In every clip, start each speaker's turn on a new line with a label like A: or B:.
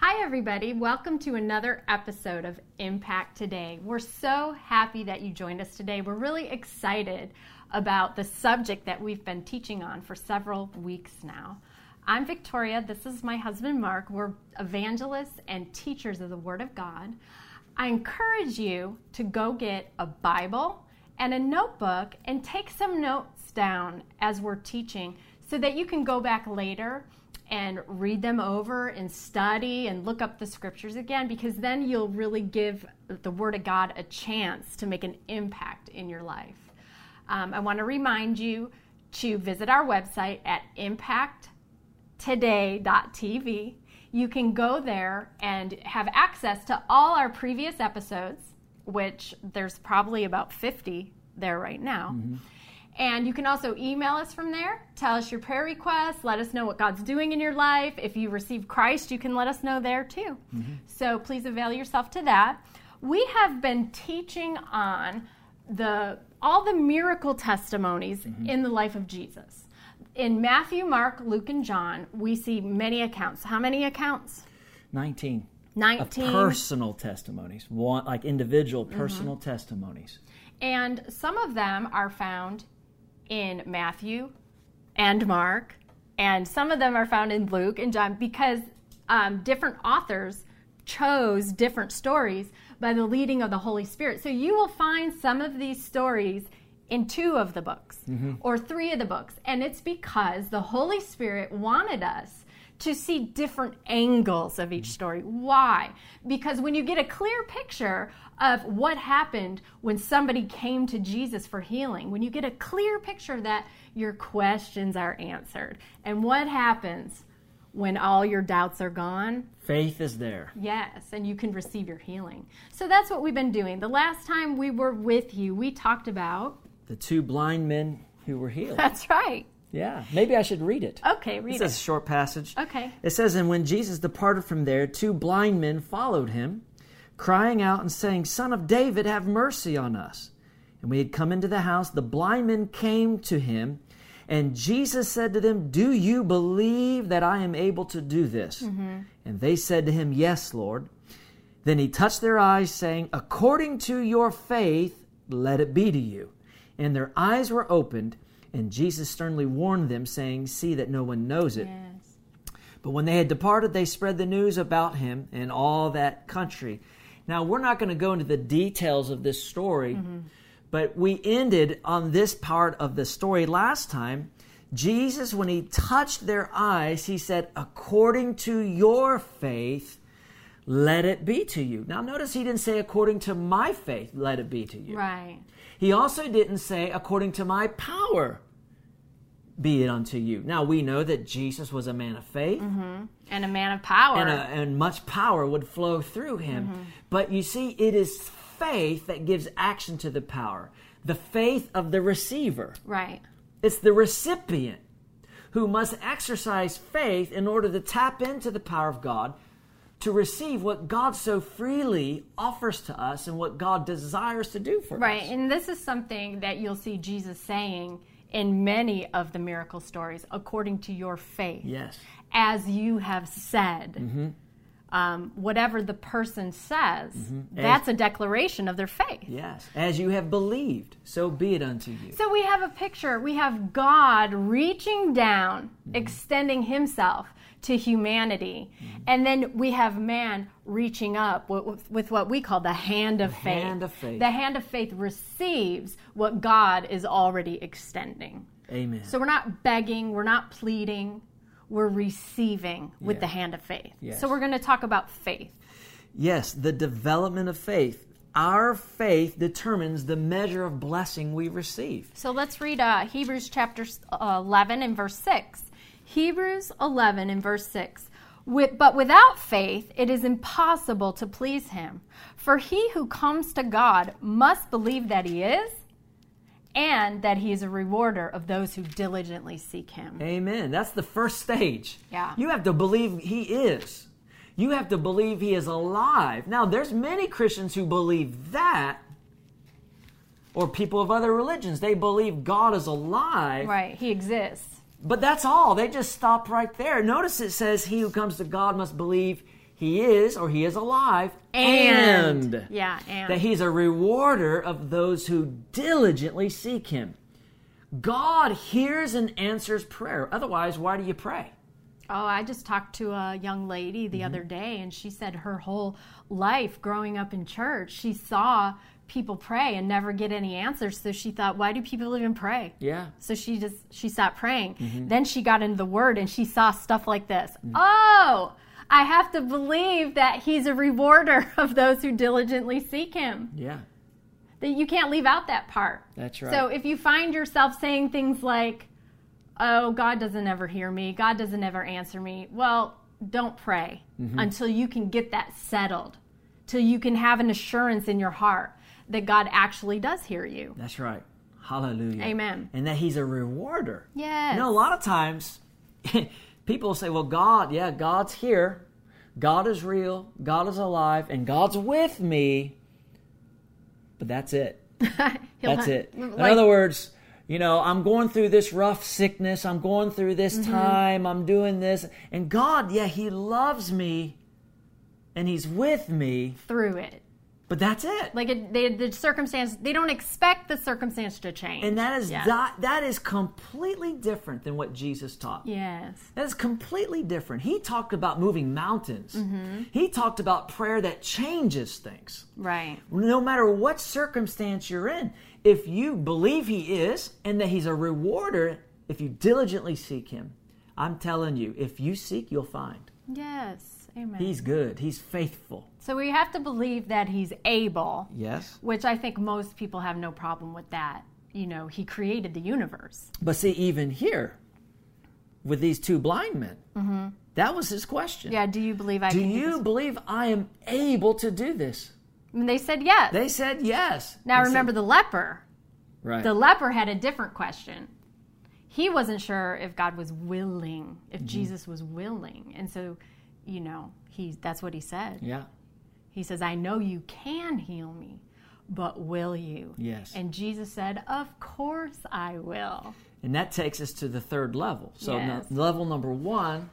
A: Hi, everybody. Welcome to another episode of Impact Today. We're so happy that you joined us today. We're really excited about the subject that we've been teaching on for several weeks now. I'm Victoria. This is my husband, Mark. We're evangelists and teachers of the Word of God. I encourage you to go get a Bible and a notebook and take some notes down as we're teaching so that you can go back later and read them over and study and look up the scriptures again because then you'll really give the Word of God a chance to make an impact in your life. Um, I want to remind you to visit our website at impact today.tv. You can go there and have access to all our previous episodes, which there's probably about 50 there right now. And you can also email us from there, tell us your prayer requests, let us know what God's doing in your life. If you receive Christ, you can let us know there too. So please avail yourself to that. We have been teaching on the all the miracle testimonies in the life of Jesus. In Matthew, Mark, Luke, and John, we see many accounts. How many accounts?
B: 19 of
A: 19.
B: personal testimonies one like individual
A: Mm-hmm.
B: personal testimonies
A: And some of them are found in Matthew and Mark, and some of them are found in Luke and John because um, different authors chose different stories by the leading of the Holy Spirit. So you will find some of these stories in two of the books or three of the books, and it's because the Holy Spirit wanted us to see different angles of each story. Why? Because when you get a clear picture of what happened when somebody came to Jesus for healing, when you get a clear picture of that, your questions are answered. And what happens when all your doubts are gone?
B: faith is there
A: Yes, and you can receive your healing. So that's what we've been doing. The last time we were with you, we talked about.
B: the two blind men who were healed
A: That's right.
B: yeah maybe i should read it
A: Okay, read
B: It's a
A: it.
B: short passage
A: Okay.
B: it says and when jesus departed from there two blind men followed him crying out and saying son of david have mercy on us and we had come into the house the blind men came to him and jesus said to them do you believe that i am able to do this
A: Mm-hmm.
B: and they said to him yes lord Then he touched their eyes, saying, According to your faith, let it be to you. And their eyes were opened, and Jesus sternly warned them, saying, See that no one knows it.
A: Yes.
B: But when they had departed, they spread the news about him in all that country. Now, we're not going to go into the details of this story, but we ended on this part of the story last time. Jesus, when he touched their eyes, he said, According to your faith, let it be to you. Now, notice he didn't say, According to my faith, let it be to you.
A: Right.
B: He also didn't say, according to my power, be it unto you. Now we know that Jesus was a man of faith,
A: And a man of power.
B: and, uh and much power would flow through him.
A: Mm-hmm.
B: But you see, it is faith that gives action to the power, the faith of the receiver.
A: right.
B: It's the recipient who must exercise faith in order to tap into the power of God to receive what God so freely offers to us and what God desires to do for us.
A: Right, and this is something that you'll see Jesus saying in many of the miracle stories, according to your faith.
B: Yes.
A: As you have said. Um, whatever the person says, that's a declaration of their faith.
B: Yes. As you have believed, so be it unto you.
A: So we have a picture. We have God reaching down,
B: Mm-hmm.
A: extending himself to humanity. And then we have man reaching up wi- with, with what we call the hand of faith.
B: hand of faith.
A: The hand of faith receives what God is already extending.
B: Amen.
A: So we're not begging, we're not pleading, we're receiving with
B: Yeah.
A: the hand of faith.
B: Yes.
A: So we're going to talk about faith.
B: yes, the development of faith. Our faith determines the measure of blessing we receive.
A: So let's read uh, Hebrews chapter s- 11 and verse 6. Hebrews 11 and verse 6. With, but without faith, it is impossible to please him. For he who comes to God must believe that he is and that he is a rewarder of those who diligently seek him.
B: Amen. That's the first stage.
A: Yeah.
B: You have to believe he is. You have to believe he is alive. Now, there's many Christians who believe that or people of other religions. They believe God is alive.
A: Right, he exists.
B: But that's all. They just stop right there. Notice it says, He who comes to God must believe he is or he is alive.
A: yeah, and
B: that he's a rewarder of those who diligently seek him. God hears and answers prayer. Otherwise, why do you pray?
A: Oh, I just talked to a young lady the other day, and she said her whole life growing up in church, she saw people pray and never get any answers. So she thought, why do people even pray?
B: Yeah.
A: So she just she stopped praying. Then she got into the Word, and she saw stuff like this. Oh, I have to believe that He's a rewarder of those who diligently seek Him.
B: Yeah.
A: That you can't leave out that part.
B: That's
A: So if you find yourself saying things like, oh, God doesn't ever hear me, God doesn't ever answer me, well, don't pray
B: Mm-hmm.
A: until you can get that settled, till you can have an assurance in your heart that God actually does hear you.
B: That's right. Hallelujah.
A: Amen.
B: And that he's a rewarder.
A: Yes.
B: You know, a lot of times people say, well, God, yeah, God's here. God is real. God is alive. And God's with me. But that's it.
A: He'll
B: That's
A: not-
B: it. In
A: like-
B: other words, you know, I'm going through this rough sickness. I'm going through this
A: Mm-hmm.
B: time. I'm doing this. And God, yeah, He loves me and He's with me,
A: through it.
B: but that's it.
A: Like it, they, the circumstance, they don't expect the circumstance to change.
B: and that is
A: Yeah.
B: that, that is completely different than what Jesus taught.
A: Yes.
B: That is completely different. He talked about moving mountains.
A: Mm-hmm.
B: He talked about prayer that changes things.
A: Right.
B: no matter what circumstance you're in, if you believe He is and that He's a rewarder, if you diligently seek Him, I'm telling you, if you seek, you'll find.
A: Yes. Amen.
B: He's good, He's faithful.
A: so we have to believe that he's able.
B: Yes.
A: which I think most people have no problem with that. You know, he created the universe.
B: But see, even here, with these two blind men, that was His question.
A: Mm-hmm. Yeah, do you believe I
B: Do
A: can do
B: you
A: this?
B: believe I am able to do this?
A: And they said yes.
B: They said yes.
A: now
B: They said-
A: remember the leper.
B: right.
A: The leper had a different question. He wasn't sure if God was willing, if
B: Mm-hmm.
A: Jesus was willing. And so, you know, he that's what he said.
B: yeah.
A: He says, "I know you can heal me, but will you?"
B: Yes.
A: And Jesus said, "Of course I will."
B: And that takes us to the third level. So,
A: Yes.
B: no- level number one,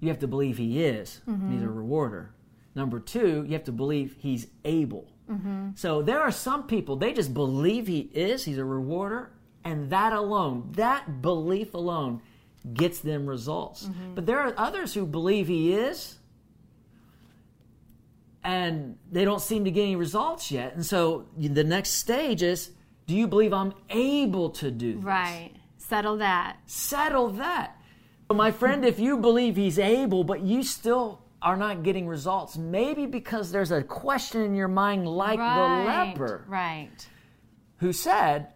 B: you have to believe He is,
A: Mm-hmm.
B: and He's a rewarder. Number two, you have to believe He's able.
A: Mm-hmm.
B: So, there are some people, they just believe He is, He's a rewarder, and that alone, that belief alone, gets them results.
A: Mm-hmm.
B: But there are others who believe He is, and they don't seem to get any results yet. And so, the next stage is, do you believe I'm able to do this?
A: Right. Settle that.
B: settle that. But my friend, if you believe he's able, but you still are not getting results, maybe because there's a question in your mind, like
A: right.
B: the leper
A: Right.
B: who said,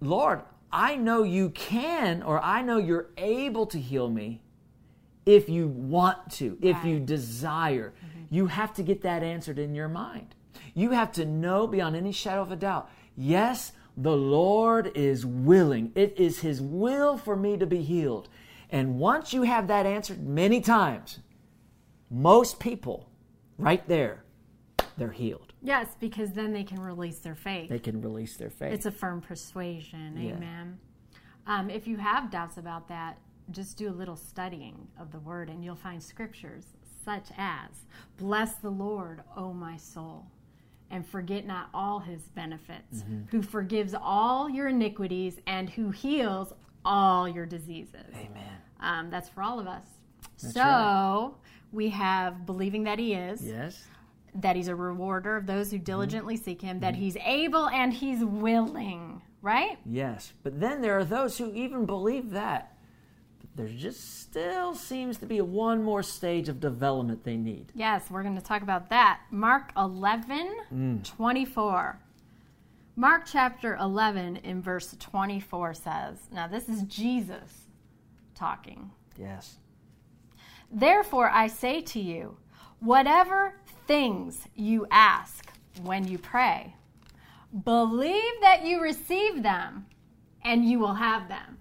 B: Lord, I know you can, or I know you're able to heal me if you want to, if you desire.
A: Mm-hmm.
B: You have to get that answered in your mind. You have to know beyond any shadow of a doubt yes, the Lord is willing. It is His will for me to be healed. And once you have that answered many times, most people right there, they're healed.
A: Yes, because then they can release their faith.
B: They can release their faith.
A: It's a firm persuasion. Amen. Um, if you have doubts about that, just do a little studying of the word and you'll find scriptures such as Bless the Lord, O my soul, and forget not all his benefits,
B: Mm-hmm.
A: who forgives all your iniquities and who heals all your diseases.
B: Amen.
A: Um, that's for all of us. so
B: right.
A: we have believing that he is
B: Yes.
A: that he's a rewarder of those who diligently seek him, that he's able and he's willing, right?
B: Yes, but then there are those who even believe that. But there just still seems to be one more stage of development they need.
A: Yes, we're going to talk about that. Mark 11, 24. Mark chapter 11 in verse 24 says, Now this is Jesus talking.
B: Yes.
A: Therefore, I say to you, whatever things you ask when you pray, believe that you receive them and you will have them.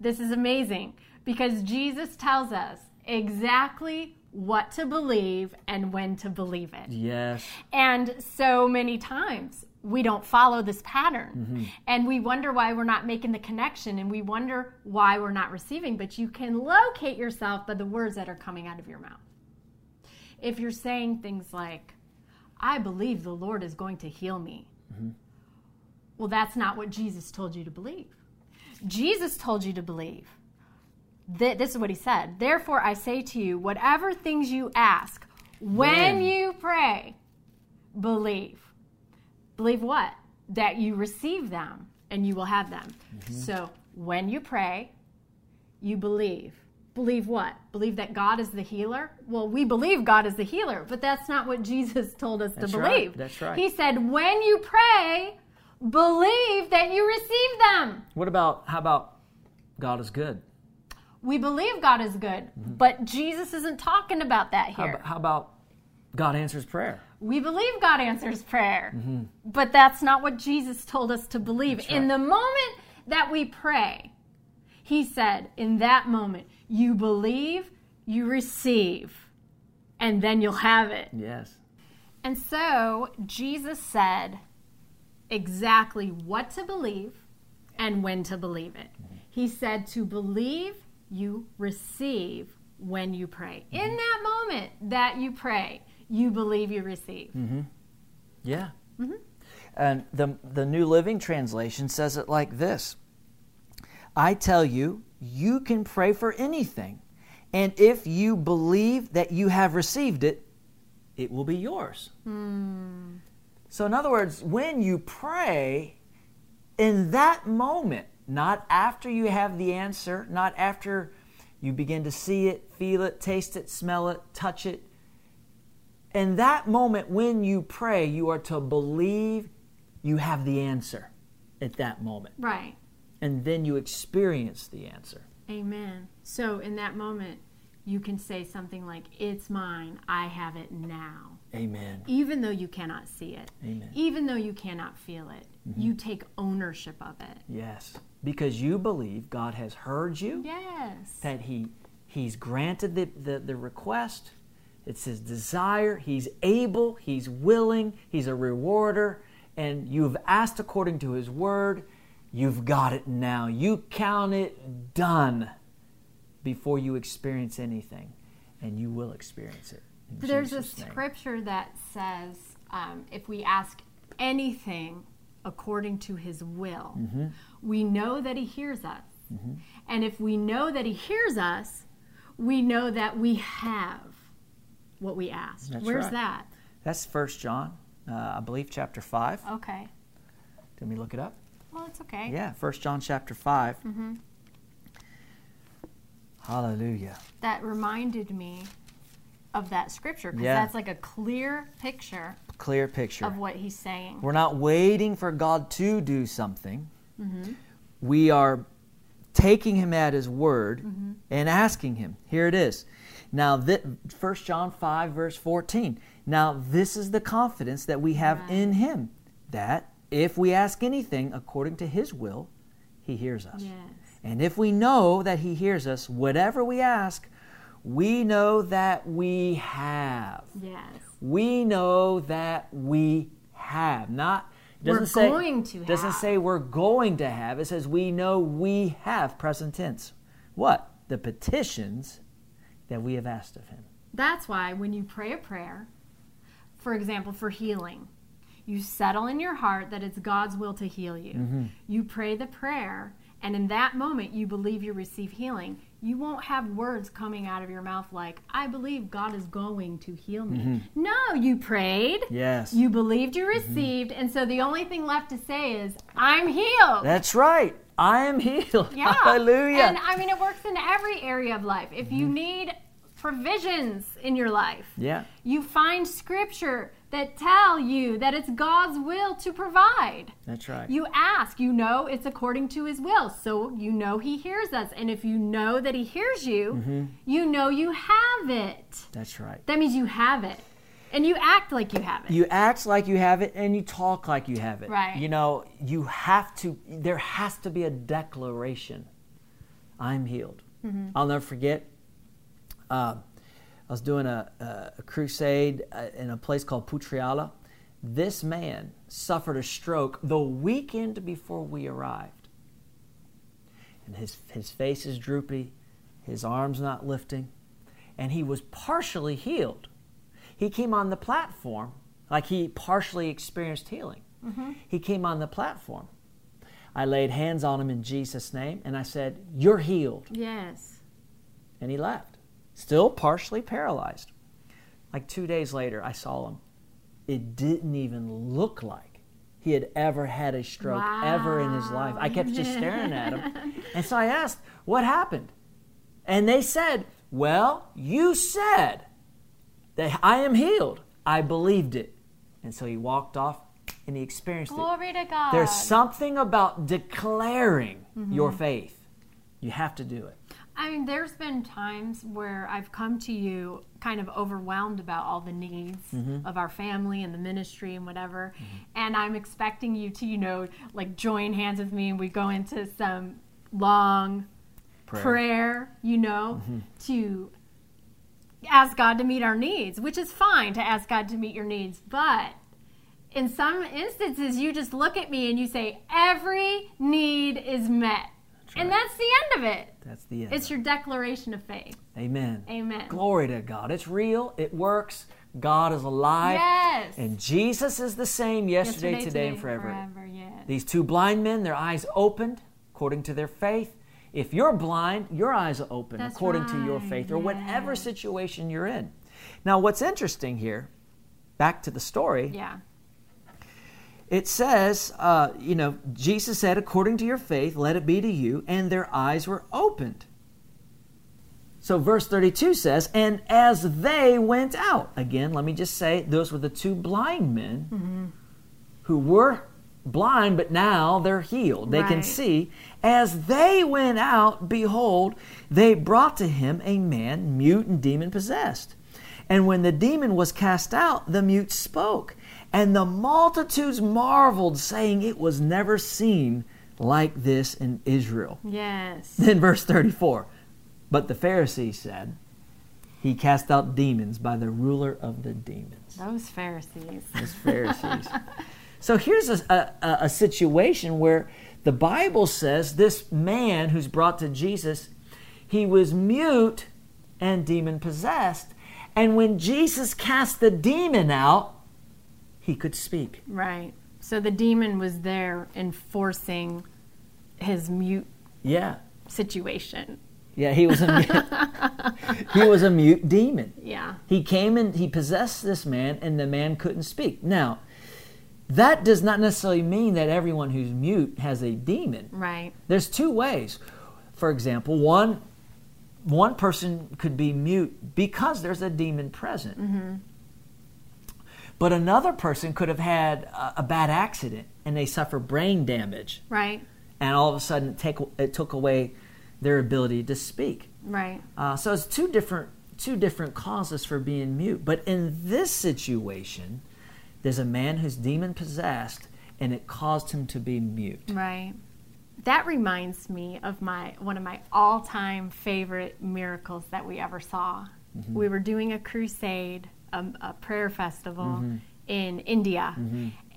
A: This is amazing because Jesus tells us exactly what to believe and when to believe it.
B: Yes.
A: And so many times we don't follow this pattern and we wonder why we're not making the connection and we wonder why we're not receiving. But you can locate yourself by the words that are coming out of your mouth. If you're saying things like, I believe the Lord is going to heal me. Well, that's not what Jesus told you to believe. Jesus told you to believe. Th- this is what he said. Therefore, I say to you, whatever things you ask when
B: When.
A: you pray, believe. Believe what? That you receive them and you will have them.
B: Mm-hmm.
A: So, when you pray, you believe. Believe what? Believe that God is the healer? Well, we believe God is the healer, but that's not what Jesus told us
B: That's
A: to
B: right.
A: believe.
B: That's right.
A: He said, when you pray, believe that you receive them.
B: What about how about God is good?
A: We believe God is good, but Jesus isn't talking about that
B: Mm-hmm. How,
A: here.
B: ab- how about God answers prayer?
A: we believe God answers prayer, but that's not what Jesus told us to believe. In the moment that we pray, He said, in that moment, you believe, you receive, and then you'll have it.
B: Yes.
A: And so Jesus said exactly what to believe and when to believe it. He said to believe, you receive when you pray. In that moment that you pray, you believe you receive.
B: Yeah. And the, the New Living Translation says it like this I tell you, you can pray for anything. And if you believe that you have received it, it will be yours. So, in other words, when you pray, in that moment, not after you have the answer, not after you begin to see it, feel it, taste it, smell it, touch it, in that moment when you pray, you are to believe you have the answer at that moment.
A: Right.
B: And then you experience the answer.
A: Amen. So in that moment, you can say something like, It's mine. I have it now.
B: Amen.
A: Even though you cannot see it,
B: Amen. Mm-hmm.
A: even though you cannot feel it, you take ownership of it.
B: Yes. Because you believe God has heard you,
A: Yes.
B: that He He's granted the, the, the request. It's His desire. He's able. He's willing. He's a rewarder. And you've asked according to His word. You've got it now. You count it done before you experience anything, and you will experience it. in
A: There's
B: Jesus'
A: a
B: name.
A: scripture that says um, if we ask anything according to his will,
B: Mm-hmm.
A: we know that he hears us. And if we know that he hears us, we know that we have what we asked.
B: That's
A: Where's
B: right.
A: that?
B: That's First John, uh, I believe, chapter five.
A: Okay.
B: Let me look it up.
A: Well, it's okay.
B: Yeah, First John chapter 5
A: Mm-hmm.
B: Hallelujah.
A: That reminded me of that scripture because
B: Yeah.
A: that's like a clear picture
B: Clear picture.
A: of what he's saying.
B: We're not waiting for God to do something. We are taking him at his word and asking him. Here it is. Now, that, 1 John 5, verse 14. Now, this is the confidence that we have in him that if we ask anything according to his will, he hears us.
A: Yes.
B: And if we know that he hears us, whatever we ask, we know that we have
A: Yes.
B: we know that we have not it
A: We're
B: doesn't say,
A: going to
B: doesn't
A: have.
B: say we're going to have it says we know we have present tense what the petitions that we have asked of him
A: That's why when you pray a prayer, for example, for healing, you settle in your heart that it's God's will to heal you.
B: Mm-hmm.
A: You pray the prayer, and in that moment, you believe you receive healing. You won't have words coming out of your mouth like, I believe God is going to heal me.
B: Mm-hmm.
A: No, you prayed.
B: yes
A: You believed you
B: Mm-hmm.
A: received, and so the only thing left to say is, I'm healed.
B: that's right i am healed
A: Yeah.
B: hallelujah Mm-hmm.
A: And I mean, it works in every area of life. If you need provisions in your life.
B: Yeah.
A: You find scripture that tell you that it's God's will to provide.
B: That's right.
A: You ask, you know it's according to his will, so you know he hears us. And if you know that he hears you,
B: Mm-hmm.
A: you know you have it.
B: That's right.
A: That means you have it. And you act like you have it.
B: You act like you have it and you talk like you have it.
A: Right.
B: You know, you have to, there has to be a declaration I'm healed.
A: Mm-hmm.
B: I'll never forget. Uh, I was doing a, a, a crusade uh, in a place called Putriala. This man suffered a stroke the weekend before we arrived. And his, his face is droopy, his arms not lifting, and he was partially healed. He came on the platform, like he partially experienced healing. He came on the platform. I laid hands on him in Jesus' name, and I said, You're healed
A: yes.
B: and he left, still partially paralyzed. Like two days later, I saw him. It didn't even look like he had ever had a stroke ever in his life. I kept just staring at him. And so I asked, What happened? And they said, Well, you said that I am healed. I believed it. And so he walked off and he experienced it.
A: Glory to God. Mm-hmm.
B: There's something about declaring your faith. You have to do it.
A: I mean, there's been times where I've come to you kind of overwhelmed about all the needs of our family and the ministry and whatever. And I'm expecting you to, you know, like join hands with me and we go into some long prayer, Mm-hmm. you know, to ask God to meet our needs, which is fine to ask God to meet your needs. But in some instances, you just look at me and you say, every need is met. And that's the end of it.
B: That's the end.
A: It's your declaration of faith.
B: Amen.
A: Amen.
B: Glory to God. It's real. It works. God is alive.
A: Yes.
B: And Jesus is the same yesterday, today, and forever.
A: yes.
B: These two blind men, their eyes opened according to their faith. If you're blind, your eyes are open
A: That's
B: according to your
A: right.
B: faith or whatever situation you're in. Now, what's interesting here, back to the story,
A: yeah.
B: it says, uh, you know, Jesus said, according to your faith, let it be to you, and their eyes were opened. So verse 32 says, and as they went out, again, let me just say, those were the two blind men who were blind, but now they're healed. They can
A: Right.
B: see. As they went out, behold, they brought to him a man mute and demon possessed. And when the demon was cast out, the mute spoke. And the multitudes marveled, saying, It was never seen like this in Israel.
A: Yes.
B: Then verse 34 But the Pharisees said, He cast out demons by the ruler of the demons.
A: Those Pharisees.
B: Those Pharisees. so here's a, a, a- a situation where the Bible says this man who's brought to Jesus, he was mute and demon possessed. And when Jesus cast the demon out, he could speak.
A: Right. So the demon was there enforcing his mute
B: Yeah.
A: situation.
B: Yeah, he was a mute, he was a mute demon.
A: Yeah.
B: He came and he possessed this man, and the man couldn't speak. Now, that does not necessarily mean that everyone who's mute has a demon.
A: Right.
B: There's two ways. For example, one one person could be mute because there's a demon present. But another person could have had a, a bad accident and they suffer brain damage,
A: Right.
B: and all of a sudden it, take, it took away their ability to speak.
A: Right.
B: Uh, so it's two different two different causes for being mute. But in this situation, there's a man who's demon possessed, and it caused him to be mute.
A: Right. That reminds me of my one of my all-time favorite miracles that we ever saw. We were doing a crusade, um, a prayer festival in India,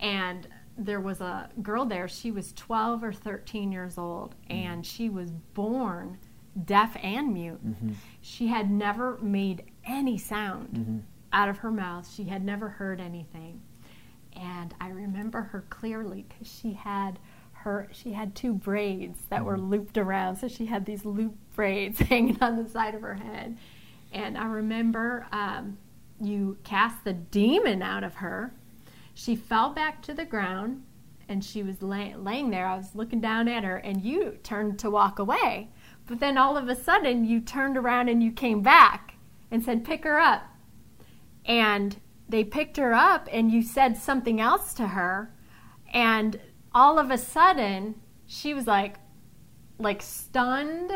A: and there was a girl there. She was 12 or 13 years old, and she was born deaf and mute. She had never made any sound out of her mouth. She had never heard anything and I remember her clearly because she had her she had two braids that were looped around, so she had these loop braids hanging on the side of her head. And I remember um, you cast the demon out of her. She fell back to the ground, and she was lay, laying there. I was looking down at her, and you turned to walk away, but then all of a sudden you turned around and you came back and said, Pick her up. And they picked her up, and you said something else to her. And all of a sudden, she was like, like stunned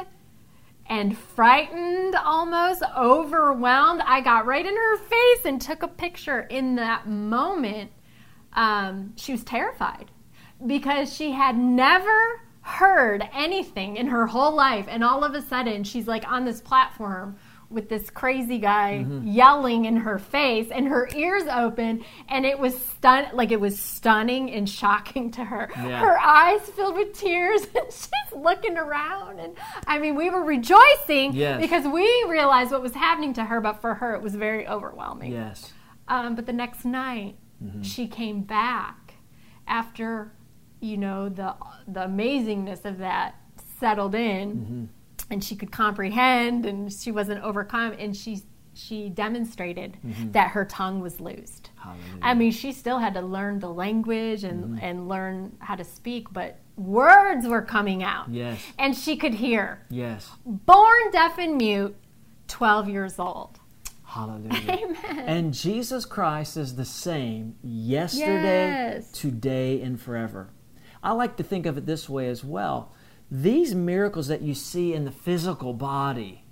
A: and frightened, almost overwhelmed. I got right in her face and took a picture in that moment. Um, she was terrified because she had never heard anything in her whole life. And all of a sudden, she's like on this platform with this crazy guy
B: Mm-hmm.
A: yelling in her face and her ears open and it was stun like it was stunning and shocking to her
B: Yeah.
A: her eyes filled with tears and she's looking around and i mean we were rejoicing
B: Yes.
A: because we realized what was happening to her but for her it was very overwhelming
B: Yes.
A: um, but the next night, she came back after, you know, the the amazingness of that settled in, and she could comprehend, and she wasn't overcome, and she she demonstrated that her tongue was loosed.
B: Hallelujah.
A: I mean, she still had to learn the language and and learn how to speak, but words were coming out,
B: Yes.
A: and she could hear.
B: Yes.
A: Born deaf and mute, twelve years old.
B: Hallelujah. And Jesus Christ is the same yesterday,
A: Yes.
B: today, and forever. I like to think of it this way as well. These miracles that you see in the physical body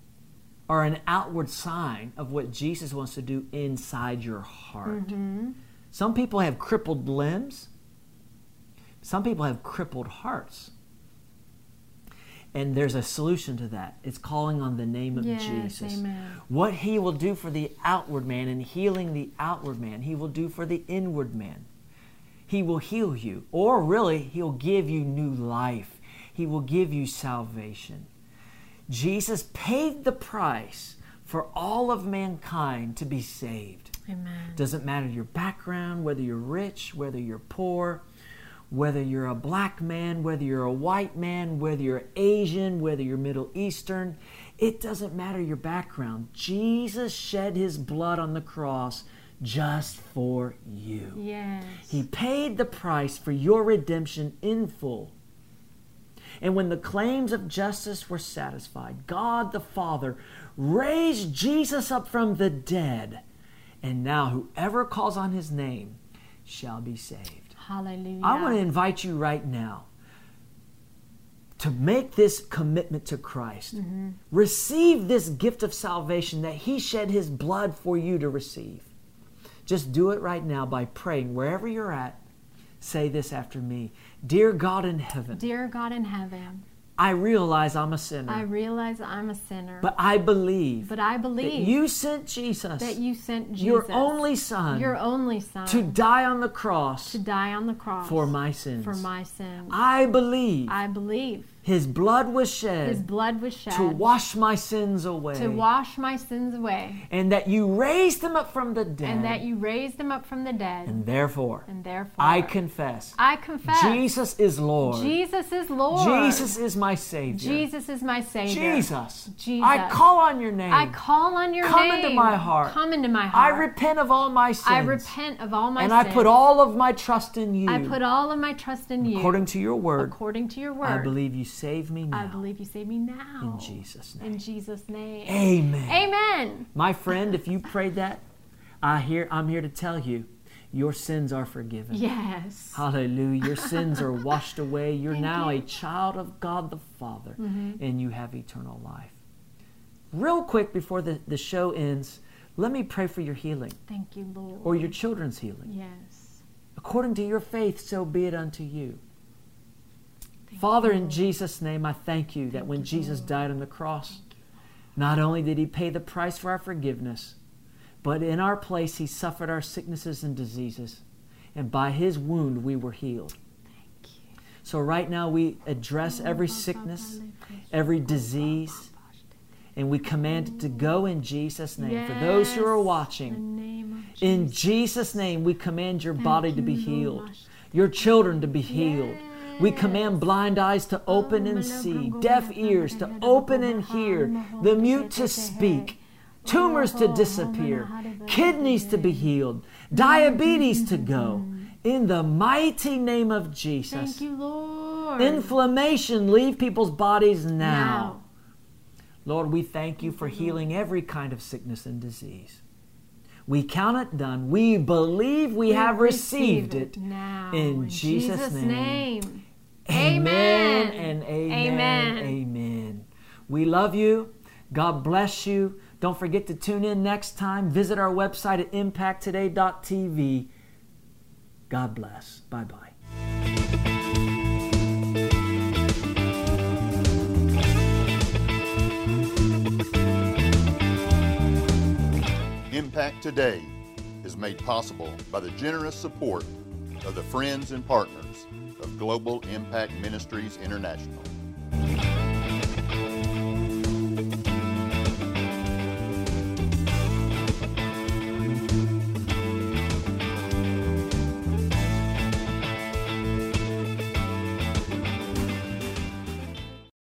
B: are an outward sign of what Jesus wants to do inside your heart. Some people have crippled limbs, some people have crippled hearts. And there's a solution to that. It's calling on the name of
A: Yes,
B: Jesus.
A: amen.
B: What he will do for the outward man and healing the outward man, he will do for the inward man. He will heal you, or really, he'll give you new life. He will give you salvation. Jesus paid the price for all of mankind to be saved.
A: Amen.
B: Doesn't matter your background, whether you're rich, whether you're poor, whether you're a black man, whether you're a white man, whether you're Asian, whether you're Middle Eastern, it doesn't matter your background. Jesus shed his blood on the cross just for you.
A: Yes.
B: He paid the price for your redemption in full. And when the claims of justice were satisfied, God the Father raised Jesus up from the dead. And now whoever calls on his name shall be saved.
A: Hallelujah.
B: I want to invite you right now to make this commitment to Christ.
A: Mm-hmm.
B: Receive this gift of salvation that He shed His blood for you to receive. Just do it right now by praying wherever you're at. Say this after me Dear God in heaven,
A: Dear God in heaven,
B: I realize I'm a sinner,
A: I realize I'm a sinner,
B: but I believe
A: but I
B: that
A: believe
B: you sent Jesus,
A: that you sent Jesus,
B: your only Son,
A: your only Son,
B: to die on the cross
A: to die on the cross
B: for my sins.
A: for my sins.
B: I believe
A: I believe
B: His blood was shed.
A: His blood was shed
B: to wash my sins away.
A: to wash my sins away,
B: and that you raised him up from the dead.
A: and that you raised him up from the dead.
B: And therefore,
A: and therefore,
B: I confess,
A: I confess
B: Jesus is Lord.
A: Jesus is Lord.
B: Jesus is my Savior.
A: Jesus is my Savior.
B: Jesus.
A: Jesus.
B: I call on your name.
A: I call on your
B: Come
A: name.
B: into my heart.
A: Come into my
B: I
A: heart.
B: repent of all my sins.
A: I repent of all my
B: and
A: sins.
B: I put all of my trust in you.
A: I put all of my trust in you.
B: According to your word,
A: According to your word.
B: I believe you save me now.
A: I believe you save me now.
B: in Jesus' name.
A: In Jesus' name.
B: Amen.
A: Amen.
B: My friend, if you prayed that, I hear I'm here to tell you, your sins are forgiven.
A: Yes.
B: Hallelujah. Your sins are washed away. You're now
A: you.
B: a child of God the Father, and you have eternal life. Real quick before the, the show ends, let me pray for your healing
A: Thank you, Lord.
B: or your children's healing.
A: yes.
B: According to your faith, so be it unto you. Father, in Jesus' name, I thank you that when Jesus died on the cross, not only did he pay the price for our forgiveness, but in our place, he suffered our sicknesses and diseases. And by his wound, we were healed. So, right now, we address
A: Mm-hmm.
B: every sickness, every disease, and we command it to go in Jesus' name. For those who are
A: Yes.
B: watching,
A: In the name of Jesus.
B: in Jesus' name, we command your body to be
A: you,
B: healed,
A: Lord.
B: your children to be healed. We command blind eyes to open and see, deaf ears to open and hear, the mute to speak, tumors
A: Oh,
B: to disappear, kidneys to be healed, diabetes to go. In the mighty name of Jesus,
A: Thank you, Lord.
B: inflammation leave people's bodies now.
A: now.
B: Lord, we thank you for healing every kind of sickness and disease. We count it done. We believe we, have received, it.
A: now.
B: in Jesus' name.
A: name. Amen.
B: Amen and
A: Amen.
B: amen. Amen. We love you. God bless you. Don't forget to tune in next time. Visit our website at impacttoday.tv. God bless. Bye bye.
C: Impact Today is made possible by the generous support of the friends and partners of Global Impact Ministries International.